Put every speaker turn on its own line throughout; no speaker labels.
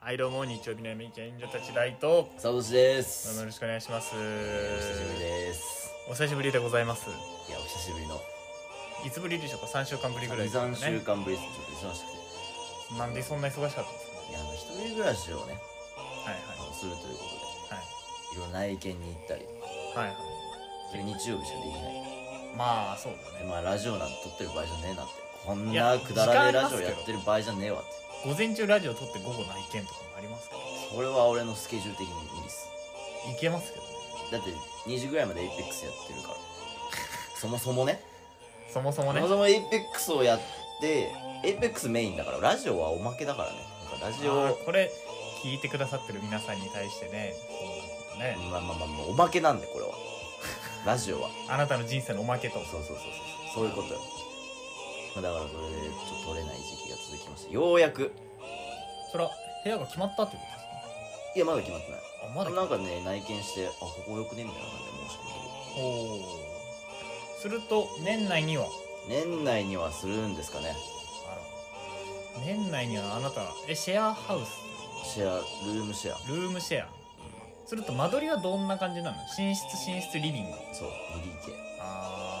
はいどうも日曜日の闇賢者たち大と
サトシで
どうもよ
す。
ろしくお願いします
お久しぶりです。
お久しぶりでございます
いや、お久しぶりの。
いつぶりでしょうか3週間ぶりぐらいで
2、
すか
3
ね
週間ぶりです。ちょっと忙しく
なんでそんな忙しかったんですか
て。いや、あの、一人暮らしをね、
はいはい
あのするということで、いろんな内見に行ったり、
はいはい
それ日曜日しかできない。
はいまあそうだ
で
ね
まあ、ラジオなんて撮ってる場合じゃねえなって。こん
いや
なくだらねえラジオ
時間ありますけど
やってる場合じゃねえわって。
午前中ラジオ撮って午後内見とかもありますけど
それは俺のスケジュール的に無理っす。
いけますけどね
だって、2時ぐらいまでエイペックスやってるから。 そもそもね。
そもそも
そ
ね
もそもエイペックスをやって、エイペックスメインだから、ラジオはおまけだからね。なんかラジ
あ
オ
ー、これ聞いてくださってる皆さんに対してねそうだね
まあまあまあ、もうおまけなんで、これは。 ラジオは。
あなたの人生のおまけと
そうそうそうそう。そういうことよ。まあだからそれで、ちょっと取れない時期が続きました。ようやく。
それは部屋が決まったってことです
いや、まだ決まってない。
かあまだ
なんかね、内見して、あ、ここよくねみたいな感じで申し込ん
おーすると年内には
でる。年内にはするんですかね。
あら年内にはあなたえシェアハウス
シェア、ルームシェア。
ルームシェアすると間取りはどんな感じなの寝室寝室リビング
そう、2DK。
あ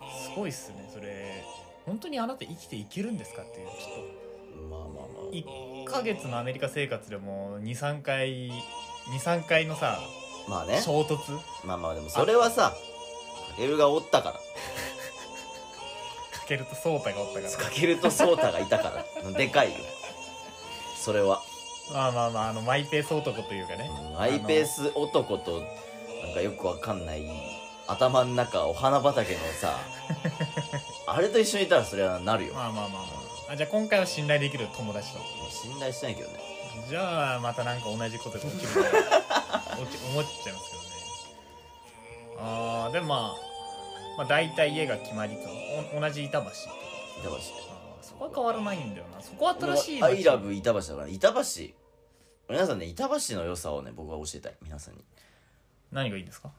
ーすごいっすねそれ本当にあなた生きていけるんですかっていうちょっ
まあまあま
と1ヶ月のアメリカ生活でも23回23回のさ
あ。まあね。
衝突
まあまあ、でもそれはさ、かけるがおったから。
かけるとソータがおったから
かけるとソータがいた から。でかいよ。それは。
まあまあまああのマイペース男というかね
うんマイペース男となんかよくわかんない頭の中お花畑のさ あれと一緒にいたらそれはなるよ
まあまあまあまああじゃあ今回は信頼できる友達と
信頼してないけどね
じゃあまたなんか同じことが起きると起き思っちゃいますけどねあーでもまあ、まあ、大体家が決まりとお同じ板橋ってこと
板橋
あーそこは変わらないんだよなそこは新しい
アイラブ
い
板橋だから板橋皆さんね板橋の良さをね僕は教えたい皆さんに
何がいいですか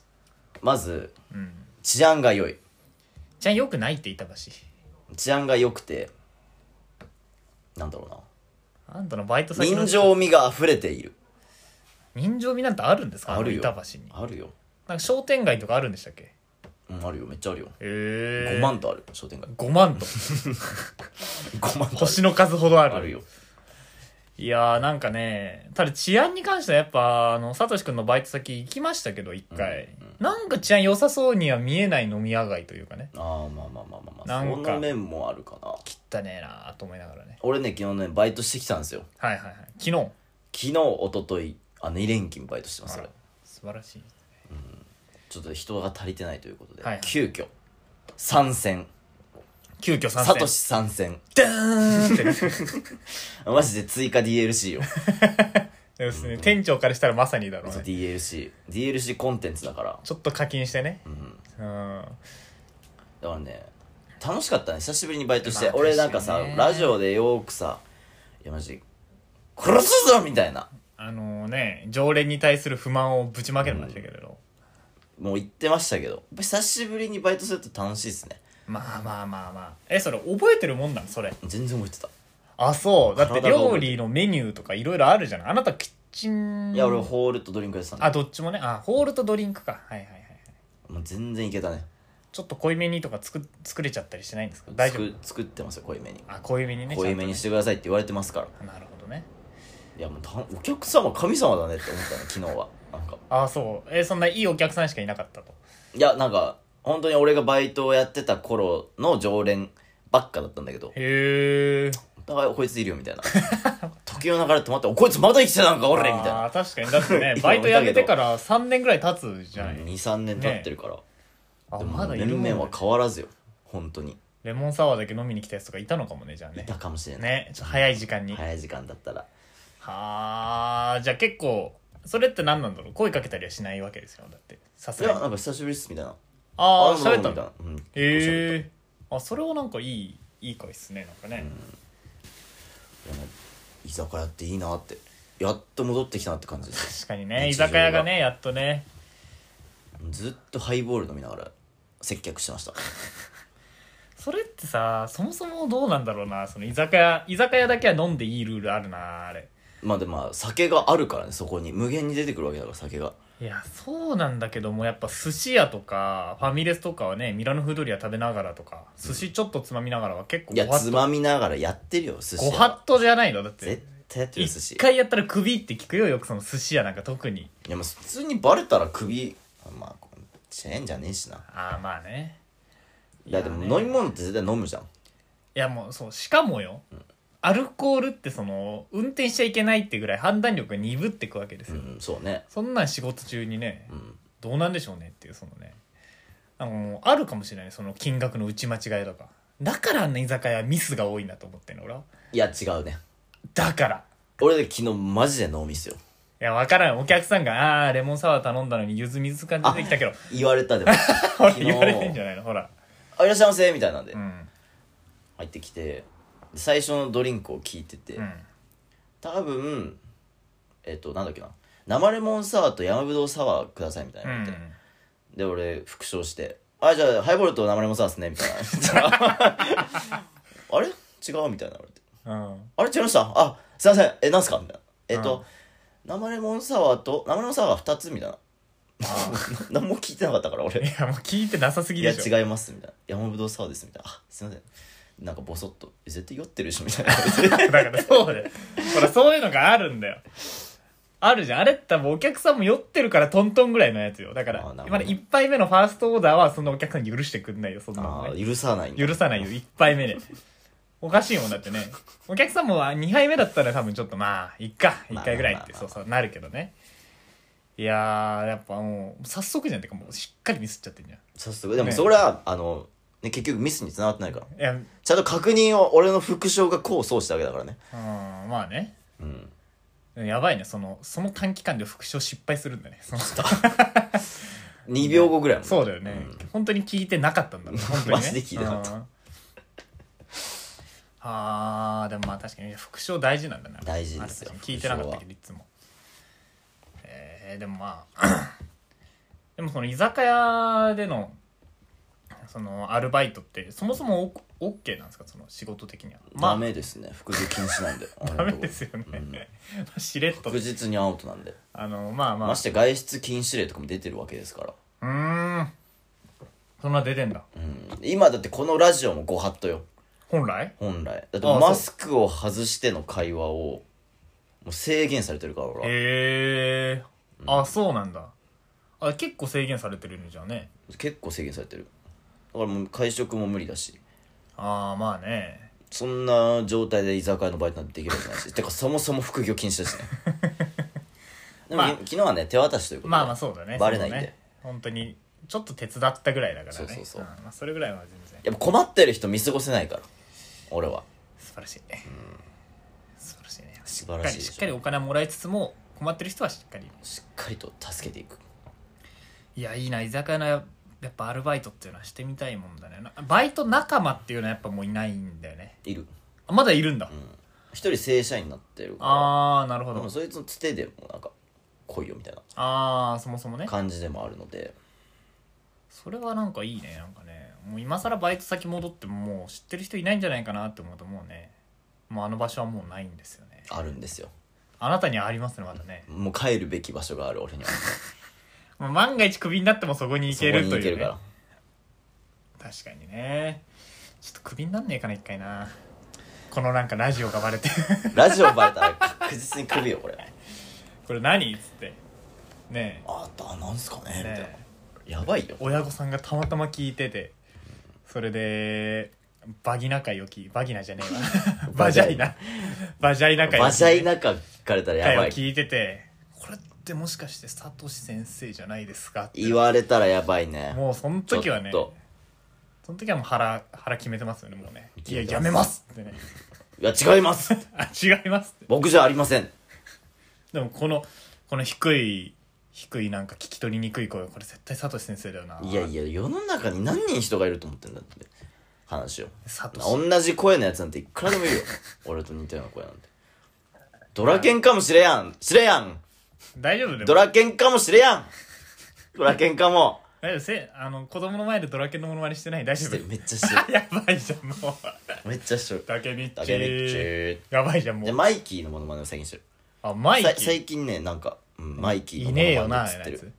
まず
うん
治安が良い
じゃあよくないって板橋
治安が良くてなんだろ
あんたのバイト
うな
先の
人情味が溢れている
人情味なんてあるんですかあ
あ
の
るよ
板橋に
あるよ
なんか商店街とかあるんでしたっけ
うんあるよめっちゃあるよ
ええ
5万とある商店街
5万と
5万と あ
星の数ほどあ
る
る
あるよ
いやーなんかねただ治安に関してはやっぱあのサトシ君のバイト先行きましたけど一回、
うんうん
なんか治安良さそうには見えない飲み屋街というかね
ああまあまあまあまあまあ
なんか
その面もあるかな
汚ねえなーと思いながらね
俺ね昨日ねバイトしてきたんですよ
はいはいはい昨日
昨日一昨日あの2連勤バイトしてます
あ
俺
ら素晴らしい
ちょっと人が足りてないということで、
はいはい
急遽参戦
急遽参
サト
戦
シ参戦
ダーンって
マジで追加 DLC よ
要するに店長からしたらまさにだろうね
DLCDLC コンテンツだから
ちょっと課金してね
うん
うん
だからね楽しかったね久しぶりにバイトして、
まあ
俺なんか
確
さ
かにね
ラジオでよくさ「いやマジ殺すぞ!」みたいな
あのね常連に対する不満をぶちまけてましたけれど、
もう言ってましたけどやっぱ久しぶりにバイトすると楽しいですね
まあまあまあまあえそれ覚えてるもんなんそれ
全然覚えてた
あそうだって
体が覚えてる
料理のメニューとかいろいろあるじゃないあなたキッチン
いや俺ホールとドリンクやってたん
あ
だ
どっちもねあホールとドリンクかはいはいはいはい
もう全然いけたね
ちょっと濃いめにとか作作れちゃったりしてないんですか大丈夫
作作ってますよ濃いめに
あ濃いめにね
濃いめにし
ち
てくださいって言われてますから
ゃんとねなるほどね
いやもうたお客様神様だねって思ったね昨日はなんか
あそうえそんないいお客さんしかいなかったと
いやなんか本当に俺がバイトをやってた頃の常連ばっかだったんだけど
へえ
あこいついるよみたいな 時の流れ止まっておこいつまだ生きてたんか俺 みたいな
あー確かにだってね
今
バイトやめてから3年ぐらい経つじゃない、
23年経ってるから、
あ
で
まだいるも
面
んね
々は変わらずよ本当に
レモンサワーだけ飲みに来たやつとかいたのかもねじゃあ
い
ね
たかもしれない、
ねちょっと早い時間に
早い時間だったら
はあじゃあ結構それって何なんだろう声かけたりはしないわけですよだってさ
い
す
や
が
な
に
んか久しぶりっすみたいな
ああ
どうも
喋った
み
ん
たい
だ
なうん
へえあそれはなんかいいいい回っすねなんかね、
いやね居酒屋っていいなってやっと戻ってきたなって感じです
確かにね居
日常が
酒屋がねやっとね
ずっとハイボール飲みながら接客してました
それってさそもそもどうなんだろうなその居酒屋居酒屋だけは飲んでいいルールあるなあれ
まあでもまあ酒があるからねそこに無限に出てくるわけだから酒が
いやそうなんだけどもやっぱ寿司屋とかファミレスとかはねミラノフードリア食べながらとか寿司ちょっとつまみながらは結構
いや
ご法
つ
度
まみながらやってるよ寿司
ご
屋
法度じゃないのだって
絶対やってるよ寿司
一回やったらクビって聞くよよくその寿司屋なんか特に
いやまあ普通にバレたら首まあチェーンじゃねえしな
ああまあね
いやでも飲み物って絶対飲むじゃん
いやもうそうしかもよ、アルコールってその運転しちゃいけないってぐらい判断力が鈍ってくわけです
う
よ、
んそうね
そんなん仕事中にね、
うん
どうなんでしょうねっていうそのねなんかもうあるかもしれないその金額の打ち間違いとかだからあんな居酒屋はミスが多いんだと思ってんの俺はい
や違うね
だから
俺で昨日マジでノーミスよ
いや分からんお客さんが「あーレモンサワー頼んだのにゆず水感出てきたけど
言われたでも
ほら
昨日
言われてんじゃないのほら
あいらっしゃいませみたいなんで
うん
入ってきてで最初のドリンクを聞いてて、
うん
多分えっとなんだっけな生レモンサワーと山ぶどうサワーくださいみたいうな言われて、
ん
で俺復唱して「あじゃあハイボールと生レモンサワーですね」みたいな 言ったら「あれ違う」みたいな言われて
うん
「あれ違いましたあすいませんえなんすか?」みたいなえっと、生レモンサワーと生レモンサワー2つみたいな 何も聞いてなかったから俺
いやもう聞いてなさすぎ
い
で
や
しょ
違いますみたいな山ぶどうサワーですみたいなあすいませんなんかボソッとえ絶対酔ってるでしょみたい な
だからそうで。ほら、そういうのがあるんだよ。あるじゃん。あれって多分お客さんも酔ってるからトントンぐらいのやつよ。だか
あー
ら
な、るほ
ま
ど
だ1杯目のファーストオーダーはそんなお客さんに許してくんないよ、そんなの
あ
ね
ー許さないんだ
許さないよ、1杯目で。おかしいもんだってね。お客さんも2杯目だったら多分ちょっとまあ、いっか、1回ぐらいって、
まあまあまあまあ
そうそう、なるけどね。いやー、やっぱもう、早速じゃん。てかもう、しっかりミスっちゃってんじゃん。
早速でも
ね
それは、あの、ね、結局ミスに繋がってないから
いや、うん、
ちゃんと確認を俺の副将が功を奏したわけだからね
まあね。
うん
やばいね、その、その短期間で復唱失敗するんだね。その
2秒後ぐらいもん ね
そうだよね、本当に聞いてなかったんだろう本当に、ね、
マジで聞いてなかった
うんあーでもまあ確かに復唱大事なんだな
大事ですよ
まあ確かに聞いてなかったけどいつもえー、でもまあ でもその居酒屋でのそのアルバイトってそもそもオッケーなんですかその仕事的にはま
ダ
あ
メですね服従禁止なんで
ダメですよね、
う ん
まあしれっと
確実にアウトなんで
あのまあまあ
まして外出禁止令とかも出てるわけですから、
うーんそんな出てんだ
うん、今だってこのラジオもご法度よ
本来
本来だって
ああ
マスクを外しての会話をもう制限されてるから俺は
へえあそうなんだあ結構制限されてるんじゃね
結構制限されてるだからもう会食も無理だし
ああまあね
そんな状態で居酒屋のバイトなんてできるわけない してかそもそも副業禁止ですねでも、
まあ
昨日はね手渡しということで
まあまあそうだね
バレないんで
そのね本当にちょっと手伝ったぐらいだからね
そうそうそうん
まあ、それぐらいは全然
やっぱ困ってる人見過ごせないから俺は
素晴らしい、素晴らしいねし
素晴
っ
ら
か
しい
り
で
しっ
し
かり
ょ
お金もらいつつも困ってる人はしっかり
しっかりと助けていく
いやいいな居酒屋のやっぱアルバイトっていうのはしてみたいもんだねなバイト仲間っていうのはやっぱもういないんだよね
いる
あまだいるんだ、
一人正社員になってるか
ああなるほ
ら
ど、
でもそいつのつてでもなんか来いよみたいな
ああそもそもね
感じでもあるので
それはなんかいいねなんかねもう今更バイト先戻ってももう知ってる人いないんじゃないかなって思うともうねもうあの場所はもうないんですよね
あるんですよ
あなたにはありますねまだね、
もう帰るべき場所がある俺には
まあ、万が一クビになってもそこに行
そこ
け
に
ると
行
い
け
う、
る
ね、
から
確かにねちょっとクビになんねえかな一回なこのなんかラジオがバレて
ラジオバレたら確実に来るよこれ
これ何っつってね
ああなんすかねみ
え
たいな
ねえ
やばいよ
親御さんがたまたま聞いててそれでバギナ会を聞いバギナじゃねえわ バジャイナバジャイナ会を聞いて
バジャイ中からたら
回
や
を
ばい
聞いててこれってもしかしてサトシ先生じゃないですかって
言われたらやばいね
もうその時はね
ちょ
その時はもう腹腹決めてますよねもうねい
決
や
めてます
やめますってね
いや違います
あ違いますって
僕じゃありません
でもこのこの低い低いなんか聞き取りにくい声これ絶対サトシ先生だよない
やいや世の中に何人人がいると思ってんだって話を
サトシ
同じ声のやつなんていくらでもいるよ 俺と似たような声なんてドラケンかもしれやんしれやん
大丈夫で
ド
も
ラケンかもしれやんドラケンかも
大丈夫せあの子供の前でドラケンのものまねしてない大丈
してる
夫
めっちゃし て
やばいじゃんもう
るめっちゃしてる
タケミッ
だ
チ
けめっちゃ
やばいじゃんも
で
う
マイキーのモノマネを最近してる
あマイ
さい
キー
最近ねなんか、うん、マイキ
い
ーのモノ
ね
マネ
えよなあ
映って
や
る
つ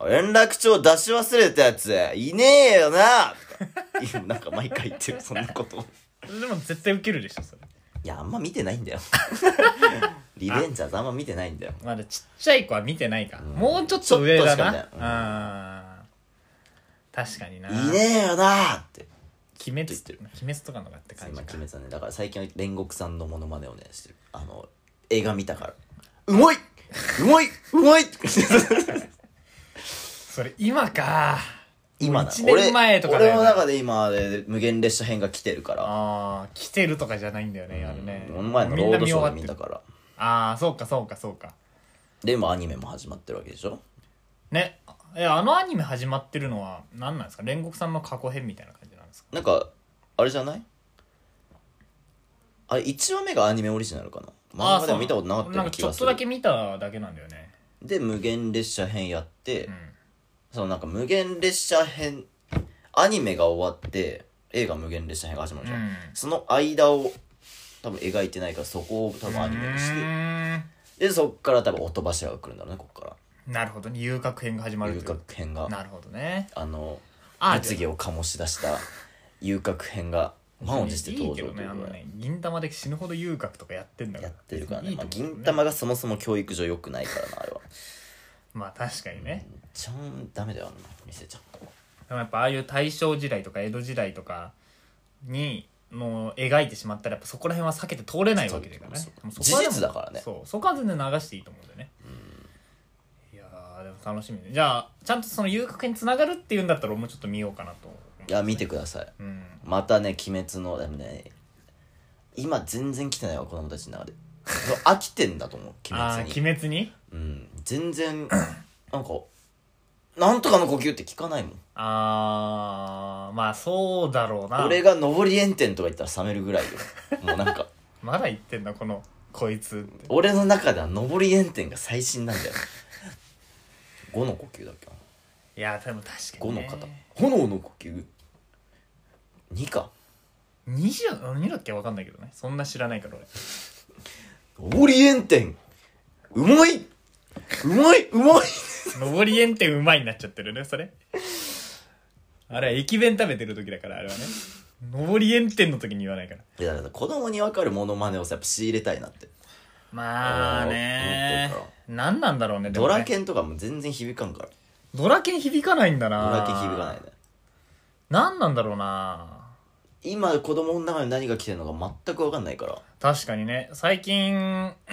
あ連絡帳出し忘れたやついねえよな とかなんか毎回言ってるそんなことを
でも絶対ウケるでしょそれ
いやあんま見てない んだよリベンジャーズあんま見てないんだよ
まだちっちゃい子は見てないか、
ん
もうちょっと上だ
ちょっとし
な
かねうん
あー確かにない
ねえよなって
鬼滅
言ってる
鬼滅とかのがって感じ
今決
か
めてたねだから最近は煉獄さんのモノマネをねしてるあの映画見たからうまいうまいうま い
それ今か
今
も
だ
う一年前とかだ
俺
よ
俺の
な
中で今あれ無限列車編が来てるから
ああ来てるとかじゃないんだよねあれね
この前のロードショーで見た
る
から
ああそうかそうかそうか
で今アニメも始まってるわけでしょ
ねえあのアニメ始まってるのは何なんですか煉獄さんの過去編みたいな感じなんですか
なんかあれじゃないあれ1話目がアニメオリジナルかな
あ
漫
あ
画でも見たことなかったよう
なんか
な気
ちょ
が
っ
す
と
る
だけ見ただけなんだよね
で無限列車編やって、
うん
そのなんか無限列車編アニメが終わって映画無限列車編が始まるじゃん、
うん
その間を多分描いてないからそこを多分アニメにし
う
て
ーん
でそっから多分音柱が来るんだろうねここか
なるほどね遊郭編が始ま
ら
るとい
遊
う
郭編が
なるほどね
あの
あ
物議を醸し出した遊郭編が満を持して
いい
登
け
場
ど
とい
ねあ
うこ
の
とで
ね銀玉で死ぬほど遊郭とかやってんだか
や
ら
ってるからね
いい
ま
と
あ、
思う
銀玉がそもそも教育上良くないからなあれは
まあ確かにね
めっちゃダメだよあんな店ちゃん
でもやっぱああいう大正時代とか江戸時代とかにもう描いてしまったらやっぱそこら辺は避けて通れないわけだからね
そう
もうそこはでも
事実だからね
そうそこは全然流していいと思うんだよねいやーでも楽しみねじゃあちゃんとその遊郭につながるっていうんだったらもうちょっと見ようかなと
いや見てください
うん
またね鬼滅のでもね今全然来てないわ子供たちの中でそう飽きてんだと 思う鬼
ああ
滅
ー
に
鬼滅に
うん全然なんかなんとかの呼吸って聞かないもん
あーまあそうだろうな
俺が上り炎天とか言ったら冷めるぐらいよ もうなんか
まだ言ってんだこのこいつって
俺の中では上り炎天が最新なんだよ5の呼吸だっけない
やでも確か
5
に、
の
ね、
方炎の呼吸2か
20 2だっけわかんないけどねそんな知らないから俺
オリエンテンうまいうまいうまい
上り炎天うまいになっちゃってるねそれあれは駅弁食べてる時だからあれはね上り炎天の時に言わないから
いやだから子供に分かるモノマネをさやっぱ仕入れたいなって
まあ
あー
ね
思ってる
何なんだろうねでも
ド
ね
ラケンとかも全然響かんから
ドラケン響かないんだな
ドラケン響かないね
何なんだろうな
今子供の中に何が来てるのか全く分かんないから
確かにね最近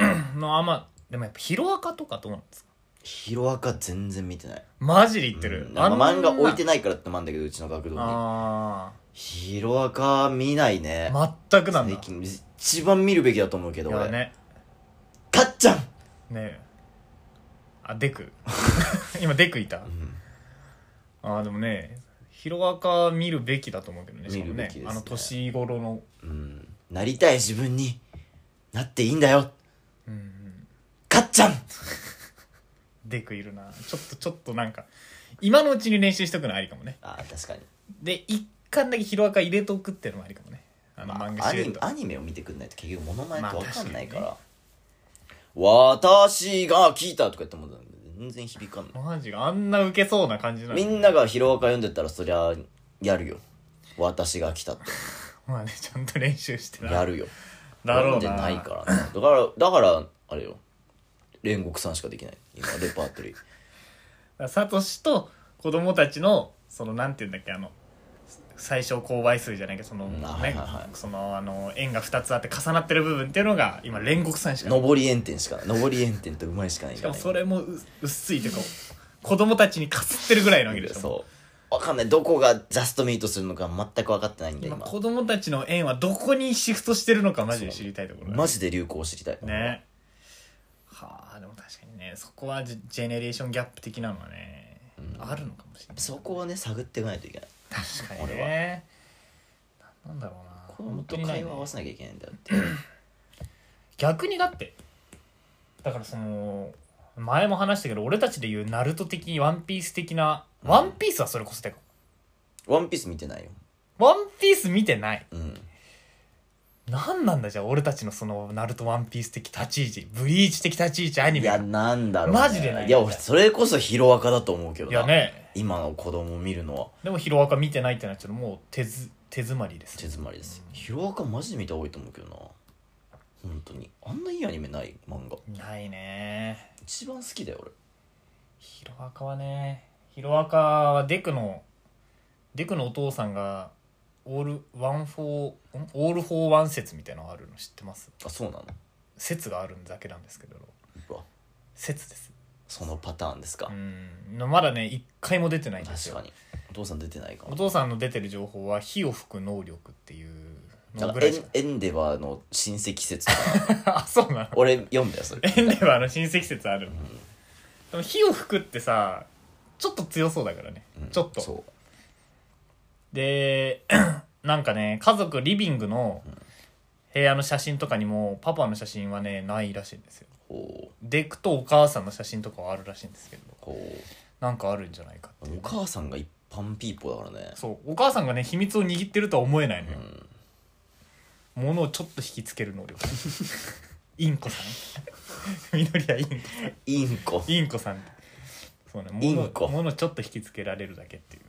のあんまでもやっぱヒロアカとかどうなんですか
ヒロアカ全然見てない
マジで言ってる、
うんなんか漫画置いて
ない
ないからってもあんだけどうちの学童に
あ
ヒロアカ見ないね、
あ全くなんだ
最近一番見るべきだと思うけど
やだ
俺
ね
かっちゃん
ねえあデク 今デクいた、ああでもねヒロアカ見るべきだと思うけどねしかも
見るべ
ね
きですね
あの年頃の
うんなりたい自分になっていいんだよ
うんうん
かっちゃん
デクいるなちょっとちょっとなんか今のうちに練習しとくのありかもね
あー確かに
で一巻だけヒロアカ入れとくっていうのもありかもねあの漫画
ア
知れ
ニ
ると、
アニメを見てくんないと結局モノマネって
まあ
分かんないから,、
確
私が聞いたとか言っても全然響かんない
マジあんなウケそうな感じなの
みんながヒロアカ読んでたらそりゃやるよ私が来たって
まあねちゃんと練習してな
やるよ
だろう
読んで
な
ないからねだからだからあれよ煉獄さんしかできない今レパ ートリー
サトシと子供たちのそのなんて言うんだっけあの最小公倍数じゃないけどその
うん
ね、
あはいはいはい
そのあの円が2つあって重なってる部分っていうのが今煉獄さんしかない
上り炎天しかない上り炎天とうまいしかない
し
ん
か
だ
も
ね
それもう薄いというか子供たちにかすってるぐらいなわけでしょ
そう分かんないどこがジャストミートするのか全く分かってないんで
今
今
子供たちの円はどこにシフトしてるのかマジで知りたいところだ
マジで流行を知りたい
ねはあでも確かにねそこはジェジェネレーションギャップ的なのはね、あるのかもしれない
そこをね探っていかないといけない
確かに
俺
ねななんだろうな
子供と
本当にないね
会話を合わせなきゃいけないんだよっていう
逆にだってだからその前も話したけど俺たちで言うナルト的ワンピース的な、ワンピースはそれこそてか
ワンピース見てないよ。
ワンピース見てない
うん。
何なんだじゃあ俺たちのそのナルトワンピース的立ち位置ブリーチ的立ち位置アニ
い
メ
や、
い
なんだろう、ね。
マジでない
いや、俺、それこそヒロアカだと思うけどな。
やね
今の子供を見るのは
でもヒロアカ見てないってなっちゃうともう手ず手詰まりです
手詰まりですよ。ヒロアカマジで見た方がいいと思うけどな。本当に。あんないいアニメない漫画。
ないね
一番好きだよ、俺。
ヒロアカはねヒロアカはデクのデクのお父さんがオールワンフォーんオールフォーワン説みたいなのあるの知ってます
あ、そうなの
説があるだけなんですけど
うわ。
説です
そのパターンです
う
か。
んまだね一回も出てないんです
確
よ
かに。お父さん出てないか
お
も。
父さんの出てる情報は火を吹く能力っていう
な
の
ん
ぐ
からエ
いし
ン
か
エンデバーの親戚説と か
あそうなの
俺読んだよそれ
エンデはあの親戚説あるのでも火を吹くってさちょっと強そうだからね、
うん
ちょっと
そ
で なんかね家族リビングの部屋の写真とかにもパパの写真はねないらしいんですよ
うほ
デクとお母さんの写真とかはあるらしいんですけど
うほ
なんかあるんじゃないかって
うお母さんが一般ピーポーだからね
そうお母さんがね秘密を握ってるとは思えないの
う
よ、
ん
ものをちょっと引きつける能 力インコさんみのりはインコ
インコ
インコさんそうね
イ
も
ンコ
のものちょっと引きつけられるだけっていう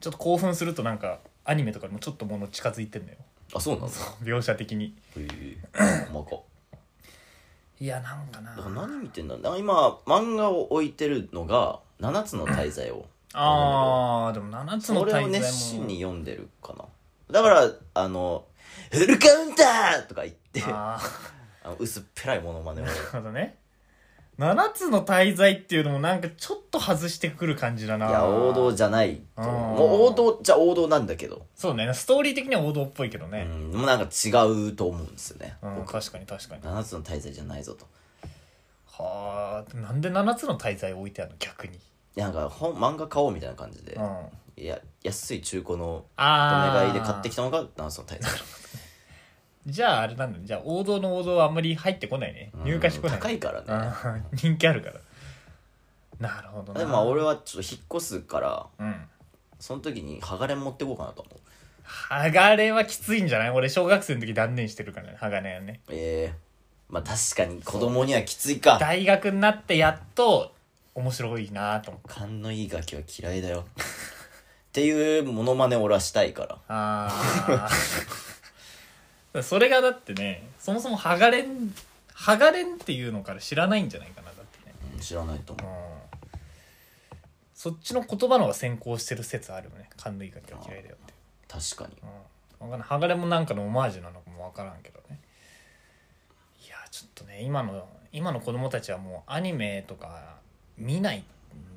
ちょっと興奮するとなんかアニメとかにもちょっともの近づいてんだよ
あそうなんだ
描写的に
へえ細か
いやなんか
だから
な
何見てんだろうだから今漫画を置いてるのが「7つの大罪を」
あーでも7つの
それ
大罪
を
も
熱心に読んでるかなだからあの「フルカウンター!」とか言って
あ
あの薄っぺらいモノマネを
ーなるほどね7つの大罪っていうのもなんかちょっと外してくる感じだない
いや王道じゃないと思う
あー
もう王道じゃ王道なんだけど
そうねストーリー的には王道っぽいけど
う
ね、
んでもなんか違うと思うんですよね
うん
僕は
確かに確かに
7つの大罪じゃないぞと
はあなんで7つの大罪置いてあるの逆に
いやなんか本漫画買おうみたいな感じで
うんあ
いや安い中古のお
あー
願いで買ってきたのが7つの大罪
じゃああれなんだねじゃあ王道の王道はあんまり入ってこないね入荷してこ
うん
ない
高いからね
あー 人気あるからなるほどな
でもまあ俺はちょっと引っ越すから
うん
その時に剥がれ持ってこうかなと思う
鋼はきついんじゃない俺小学生の時断念してるからね鋼はね
ええまあ確かに子供にはきついか
大学になってやっと面白いなと思って
勘のいいガキは嫌いだよっていうモノマネを俺はしたいから
ああ それがだってねそもそもハガレンハガレンっていうのから知らないんじゃないかなだってね
うん知らないと
う
思うん
そっちの言葉の方が先行してる説あるよね勘のいい方が嫌いだよって
確かに
うん、分かんない鋼もなんかのオマージュなのかも分からんけどねいやちょっとね今の今の子供たちはもうアニメとか見ない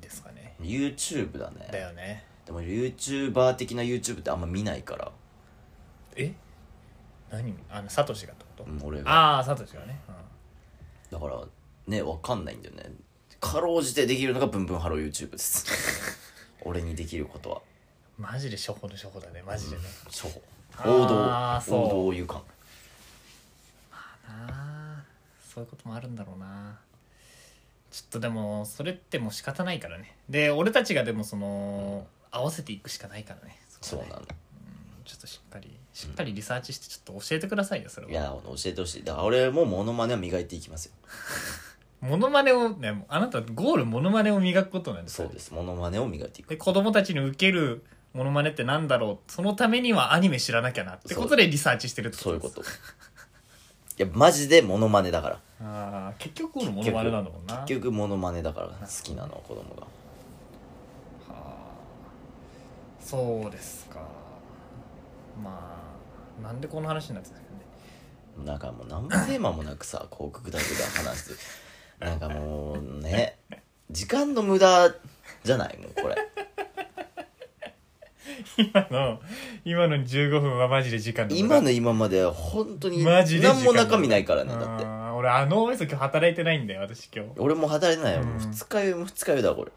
んですかね
YouTube だ
だ
ね
よね
でも YouTuber 的な YouTube ってあんま見ないから、
え何あのサトシがってこと、
うん、俺が
ああサトシがね、うん
だからねわかんないんだよねかろうじてできるのがブンブンハロー YouTube です 俺にできることは
マジで初歩の初歩だねマジでね、
初歩王
あーそ
道
う
王道を言うか
なあそういうこともあるんだろうなちょっとでもそれってもう仕方ないからねで俺たちがでもその、合わせていくしかないからね
そう
こは
な
ね
の
ちょっとしっかりしっかりリサーチしてちょっと教えてくださいよそれ
い
は
や教えてほしいだから俺もモノマネは磨いていきますよ
モノマネをねもうあなたゴールモノマネを磨くことなんです
そ
よ
うですモノマネを磨いていく
で子供たちに受けるモノマネってなんだろうそのためにはアニメ知らなきゃなってことでリサーチしてるって
そういう
で
こ
す
といやマジでモノマネだから
ああ結局ゴールモノマネなんだもんな
結局モノマネだから好きなのは子供が
はあそうですかまあなんでこの話になってたんですかね
なんかもう何もテーマもなくさ広告だけが話すなんかもうね時間の無駄じゃないもうこれ
今の今の15分はマジで時間無駄
今の今まで本当に
マジで時間
何も中身ないからね
あ
だって
ー俺あのおみそ今日働いてないんだよ私今日
俺もう働いてないよもう
うん
二日酔いも二日酔いだこれ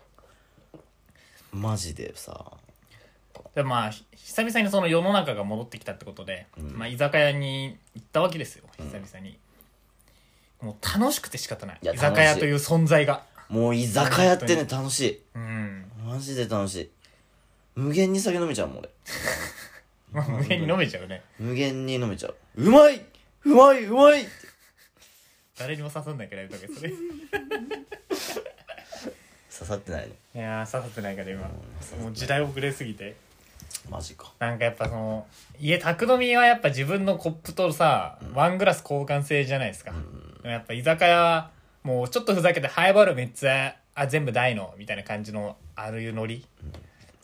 マジでさ
でまあひ久々にその世の中が戻ってきたってことで、
うん
まあ、居酒屋に行ったわけですよ
うん
久々に、もう楽しくて仕方ない
いや
居酒屋
楽しい
という存在が
もう居酒屋ってね楽しい
うん
マジで楽しい無限に酒飲めちゃうもん俺
まあ無限に飲めちゃうね
無限に飲めちゃううまいうまいうまい
誰にも刺さんないからやるとけ それい
刺さってないの
やー刺さってないから今
刺さって
もう時代遅れすぎて
マジか
なんかやっぱその家宅飲みはやっぱ自分のコップとさ、ワングラス交換制じゃないですか、やっぱ居酒屋もうちょっとふざけて「ハイボールめっちゃあ全部大の」みたいな感じのああいうノリあ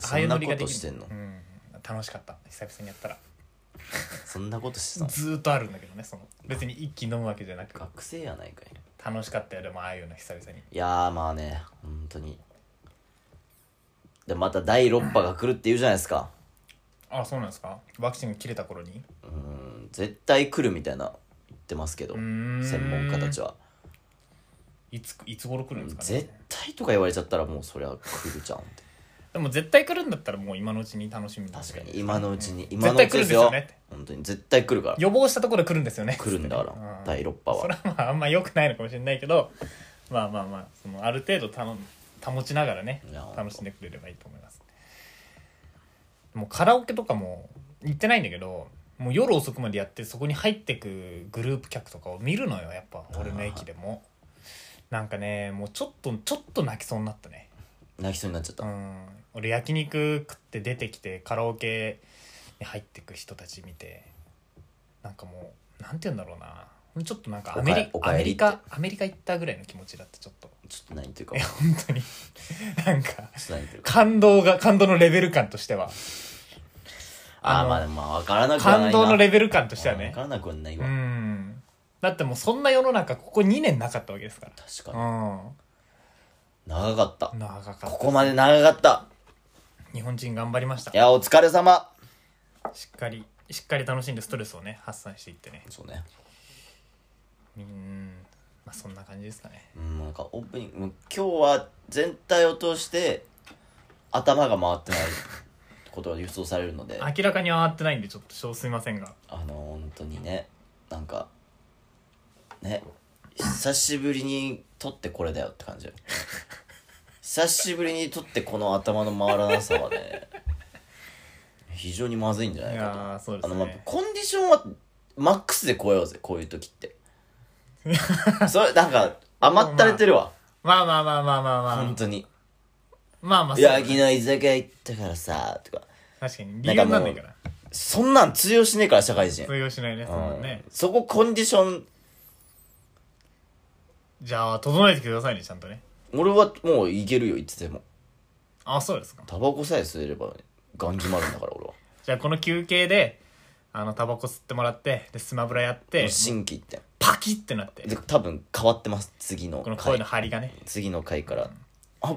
そ
あいうんノ
な
リ
こ
がで
と
き
してんの
うん、楽しかった久々にやったら
そんなことしてたの
ずーっとあるんだけどねその別に一気に飲むわけじゃなく
学生やないかい
楽しかったよでもああいうの久々に
いやーまあね本当にでまた第6波が来るって言うじゃないですか
あそうなんですかワクチンが切れた頃に
うーん絶対来るみたいな言ってますけど
ーん
専門家たちはい
ついつ頃来るんですかね
絶対とか言われちゃったらもうそりゃ来るじゃんって
でも絶対来るんだったらもう今のうちに楽しみ
確かに今のうちに 今
絶
のう
対来
ちで
るんで
す
すよ
よ
ね
本当に絶対来るから
予防したところで来るんですよ ね
来るんだから
うん
第6波
それ
は
はまああんま良くないのかもしれないけどまあまあまあそのある程度たの保ちながらね
いやほんと
楽しんでくれればいいと思いますもうカラオケとかも行ってないんだけどもう夜遅くまでやってそこに入ってくグループ客とかを見るのよやっぱ俺の駅でもなんかねもうちょっとちょっと泣きそうになったね
泣きそうになっちゃっ
う
た
ん俺焼肉食って出てきてカラオケに入ってく人たち見てなんかもうなんて言うんだろうなちょっとなんかアメリ
おか
ア
え
メ
り
リカアメリカ行ったぐらいの気持ちだったちょっと
ちょっと何言ってるか
い
ちょ
や本当に なんか
っと何言ってるか
感動が感動のレベル感としては
あ
あ
あ
の
まあでもまあ分からなくはない
感
な
動のレベル感としては
分
ね
からなくはないうわ
んだってもうそんな世の中ここ2年なかったわけですか
確
ら
か
う
に長かった
ん長かった
ここまで長かった
日本人頑張りました
いやお疲れ様
しっかりしっかり楽しんでストレスをね発散していってね
そうね
うんまあそんな感じですかね
うんなんかオープニングうん今日は全体を通して頭が回ってないことが予想されるのであ
明らかに上がってないんでちょっと少数いませんが
の本当にねなんかね久しぶりに撮ってこれだよって感じ久しぶりに撮ってこの頭の回らなさはね非常にまずいんじゃないいかと
やーそうで
あ
す
の、まあ
ね、
コンディションはマックスで超えようぜこういう時って それなんか甘ったれてるわ、
まあまあまあまあまあまあ
本当に
まあまあ
いや
そう
昨日居酒屋行ったからさとか
確かに理由になんないから
そんなん通用しねえから社会人
通用しないねそんなのね
うんそこコンディション
じゃあ整えてくださいねちゃんとね
俺はもういけるよいつでも
あそうですか
タバコさえ吸えればがん決まるんだから俺は
じゃあこの休憩であのタバコ吸ってもらってでスマブラやって
新規って
パキッてなって
で多分変わってます次の
この声
回
の張りがね
次の回からあ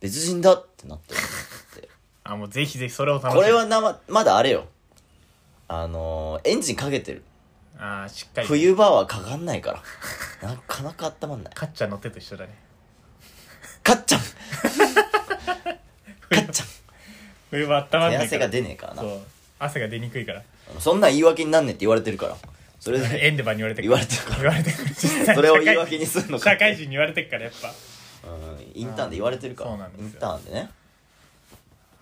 別人だってなってるって
あもうぜひぜひそれを楽し
こ
み
れはなままだあれよあのーエンジンかけてる
あーしっかり
冬場はかかんないからなかなか温まんない
カッチャの手と一緒だね
かっちゃんかっちゃん
冬は温まん
手
ないか
汗が
ら
出ねえからな
そう汗が出にくいから
そんなん言い訳になんねえって言われてるからそれ で
縁で場に言われて
言われてるから
言われてくる実際
それを言い訳にするのか
社会人に言われてるからやっぱ
うんインターンで言われてるから
そうなんです
イ
よ
ンターンでね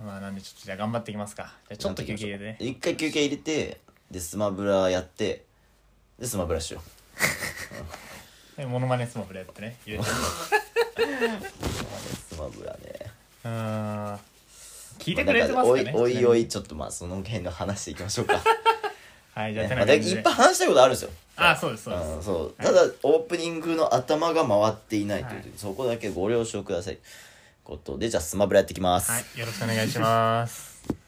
まあなんでちょっとじゃあ頑張っていきますかじゃあちょっと休憩でね
一回休憩入れてでスマブラやってでスマブラしよ
でモノマネスマブラやってねう
うスマブラね
ーん聞いてくれてますかね
まあなんおいおいおいちょっとまあその辺の話していきましょう か
はいじゃあ
ね
て
まあ
な
で
感
い
じ
っ
で
ぱい話したいことあるんですよ
あそうですそうです
うんそうただオープニングの頭が回っていないという、そこだけご了承くださいことでじゃあスマブラやってきます、
はいよろしくお願いします